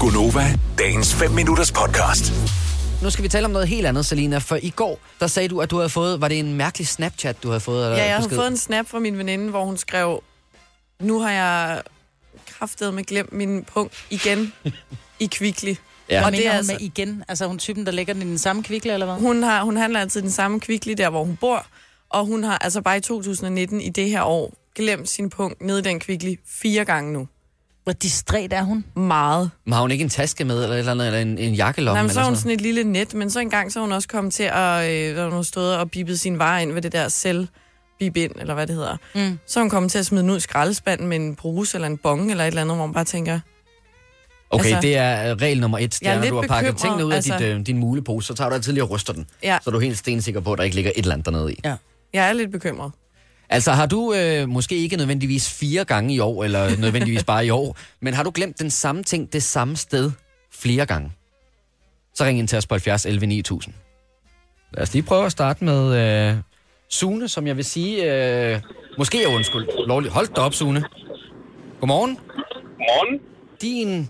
Gunova, dagens 5 minutters podcast. Nu skal vi tale om noget helt andet, Selina. For i går, der sagde du, at du havde fået... Var det en mærkelig Snapchat, du havde fået? Eller Ja, jeg har Øh, besked? fået en snap fra min veninde, hvor hun skrev, nu har jeg kraftet med glemt min punkt igen i Kvickly. Ja. Og det Hvad mener er hun altså, med igen? Altså er hun typen, der lægger den i den samme kvikle, eller hvad? hun, har, hun handler altid i den samme Kvickly, der hvor hun bor, og hun har altså bare i 2019 i det her år glemt sin punkt ned i den Kvickly fire gange nu. Hvor distræt er hun? Meget. Men har hun ikke en taske med, eller, et eller, andet, eller en, en jakkelomme? Nej, men så eller har hun sådan sådan et lille net, men så engang så er hun også kommet til at, øh, når hun har stået og bippet sin varer ind ved det der selv bib ind, eller hvad det hedder. Mm. Så er hun kommet til at smide den ud i skraldespanden med en bruse eller en bong eller et eller andet, hvor man bare tænker, noget? Okay, altså- det er øh, regel nummer et. Det Jeg er er, når lidt du har pakket bekymret, tingene ud af dit, altså. øh, din mulepose, så tager du altid lige og ryster den. ja, Så er du helt stensikker på, at der ikke ligger et eller andet dernede i. jeg er lidt bekymret. Altså har du øh, måske ikke nødvendigvis fire gange i år, eller nødvendigvis bare i år, men har du glemt den samme ting det samme sted flere gange? Så ring ind til os på 70 11 9000. Lad os lige prøve at starte med øh, Sune, som jeg vil sige, øh, måske er undskyld. Lovlig. Hold da op, Sune. Godmorgen. Morgen. Din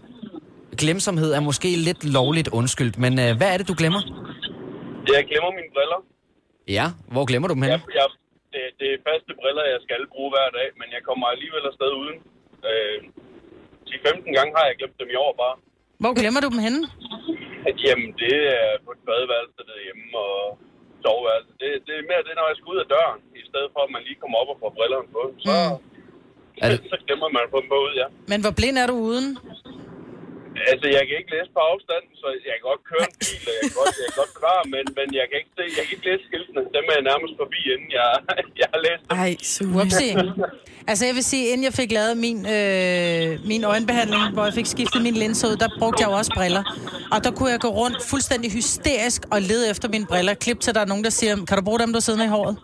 glemsomhed er måske lidt lovligt undskyldt, men øh, hvad er det, du glemmer? Jeg glemmer mine briller. Ja, hvor glemmer du dem hen? Jeg, jeg, det, det er faste briller, jeg skal bruge hver dag, men jeg kommer alligevel afsted uden. Øh, 10-15 gange har jeg glemt dem i år bare. Hvor glemmer du dem henne? Jamen, det er på et badeværelse derhjemme og soveværelse. Det, det er mere det, når jeg skal ud af døren, i stedet for, at man lige kommer op og får brillerne på. Så, Mm. Er så, det- så glemmer man at få dem på ud, ja. Men hvor blind er du uden? Altså, jeg kan ikke læse på afstand, så jeg kan godt køre en bil, og jeg kan godt, jeg kan godt klare, men, men jeg kan ikke se, jeg kan ikke læse skiltene. Dem er jeg nærmest forbi, inden jeg, jeg har læst dem. Ej, så Whoopsie. Altså jeg vil sige, inden jeg fik lavet min, øh, min øjenbehandling, hvor jeg fik skiftet min linse ud, der brugte jeg jo også briller. Og der kunne jeg gå rundt fuldstændig hysterisk og lede efter mine briller. Klip til, der er nogen, der siger, kan du bruge dem, du sidder i håret?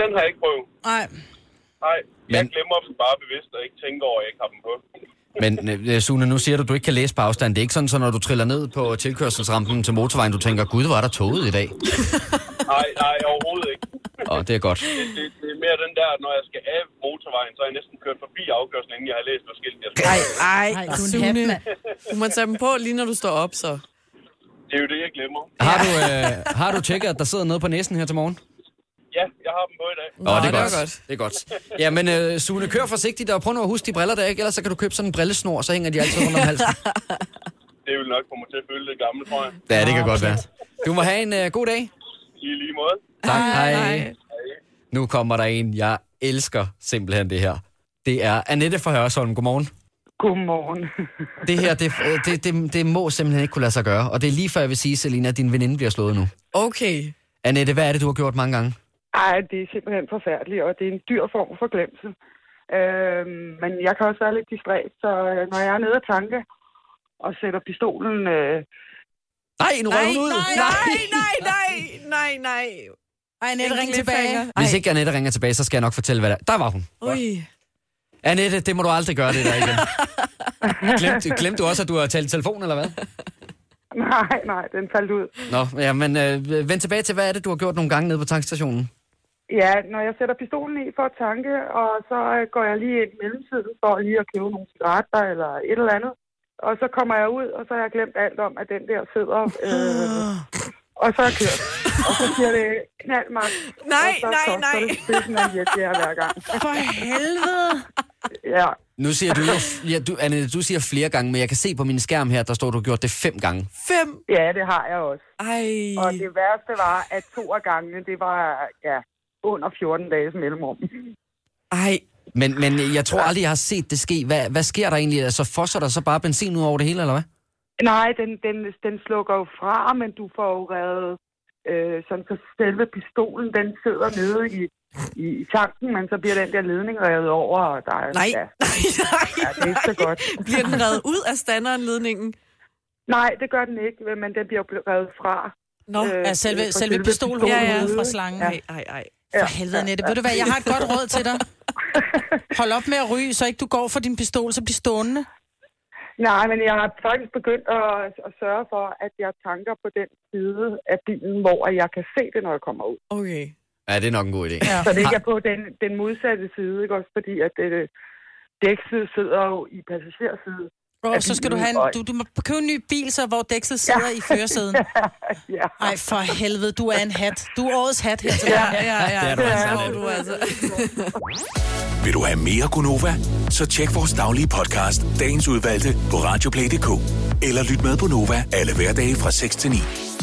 Den har jeg ikke prøvet. Nej. Nej, jeg Men- glemmer dem bare bevidst og ikke tænker over, at jeg ikke har dem på. Men øh, Sune, nu siger du, at du ikke kan læse på afstand. Det er ikke sådan, så når du triller ned på tilkørselsrampen til motorvejen, du tænker, gud, hvor er der toget i dag? Nej, nej, overhovedet ikke. Åh, det er godt. Det, det, det er mere den der, at når jeg skal af motorvejen, så er jeg næsten kørt forbi afkørslen, inden jeg har læst på skiltet. Jeg skal. Ej, Ej, ej, du er en hat, Sune. mand. Du må tage dem på, lige når du står op, så. Det er jo det, jeg glemmer. Har du, øh, har du tjekket, at der sidder noget på næsen her til morgen? Ja, jeg har dem på i dag. Åh, det det er var godt. godt. Det er godt. Ja, men øh, Sune, kør forsigtigt og prøv nu at huske de briller, der er ikke. Ellers så kan du købe sådan en brillesnor, så hænger de altid rundt om halsen. Det vil nok komme til at føle det gamle, tror jeg. Ja, det kan godt være. Du må have en øh, god dag. I lige måde. Tak, hej. hej. Nu kommer der en, jeg elsker simpelthen det her. Det er Annette fra Hørsholm. Godmorgen. Godmorgen. Det her, det, øh, det, det, det må simpelthen ikke kunne lade sig gøre. Og det er lige før, jeg vil sige, Selina, at din veninde bliver slået nu. Okay. Annette, hvad er det, du har gjort mange gange? Ej, det er simpelthen forfærdeligt, og det er en dyr form for glemsel. Øhm, men jeg kan også være lidt distræt, så øh, når jeg er nede af tanke og sætter pistolen... Øh, Nej, nu røg Nej, hun ud. nej, nej, nej, nej, nej, nej. Ej, Annette, En ring tilbage. cliffhanger. Hvis Ej. ikke Annette ringer tilbage, så skal jeg nok fortælle, hvad der... Der var hun. Ui. Annette, det må du aldrig gøre, det der igen. Glemte, glemte du også, at du har talt i telefon, eller hvad? nej, nej, den faldt ud. Nå, ja, men øh, vend tilbage til, hvad er det, du har gjort nogle gange nede på tankstationen? Ja, når jeg sætter pistolen i for at tanke, og så øh, går jeg lige ind i mellemtiden for lige at købe nogle cigaretter eller et eller andet. Og så kommer jeg ud, og så har jeg glemt alt om, at den der sidder... Øh, og så er jeg kørt. Og så siger det knald mig. Nej, og så nej, koster nej. det spidsen af jetjager hver gang. For helvede. Ja. Nu siger du jo... Ja, du, Annette, du siger flere gange, men jeg kan se på min skærm her, der står, du har gjort det fem gange. Fem. ja, det har jeg også. Ej. Og det værste var, at to af gangene, det var ja, under 14 dages mellemrum. Ej. Men, men jeg tror aldrig, jeg har set det ske. Hvad, hvad sker der egentlig? Altså, fosser der så bare benzin ud over det hele, eller hvad? Nej, den, den, den slukker jo fra, men du får jo revet øh, sådan, så selve pistolen, den sidder nede i, i tanken, men så bliver den der ledning revet over, og der er... Nej, Ja, nej, nej, ja, det er ikke så nej. godt. Bliver den reddet ud af standeranledningen? Nej, det gør den ikke, men den bliver jo revet fra. Nå. øh, Ja, selve, fra selve pistolen pistolen. ja, Ja, ja. ja. fra slangen. Ej, ej, ej. For helvede, Annette. Ved du hvad, jeg har et godt råd til dig. Hold op med at ryge, så ikke du går for din pistol, så bliver stående. Nej, men jeg har faktisk begyndt at, at sørge for, at jeg tanker på den side af bilen, hvor jeg kan se det, når jeg kommer ud. Okay. Ja, det er nok en god idé. Ja. Så det ikke er på den, øh, den modsatte side, ikke også? Fordi at det, dækset sidder jo i passagerside. Bro, så skal du have en, du, du må købe en ny bil, så hvor dækslet sidder ja. i førersæden. Ja. Ej, for helvede, du er en hat. Du er årets hat her til Ja, morgen. ja, ja. Det er du altså så lidt. du altså. Vil du have mere Gunova? Så tjek vores daglige podcast, dagens udvalgte, på radioplay.dk. Eller lyt med på Nova alle hverdage fra 6 til 9.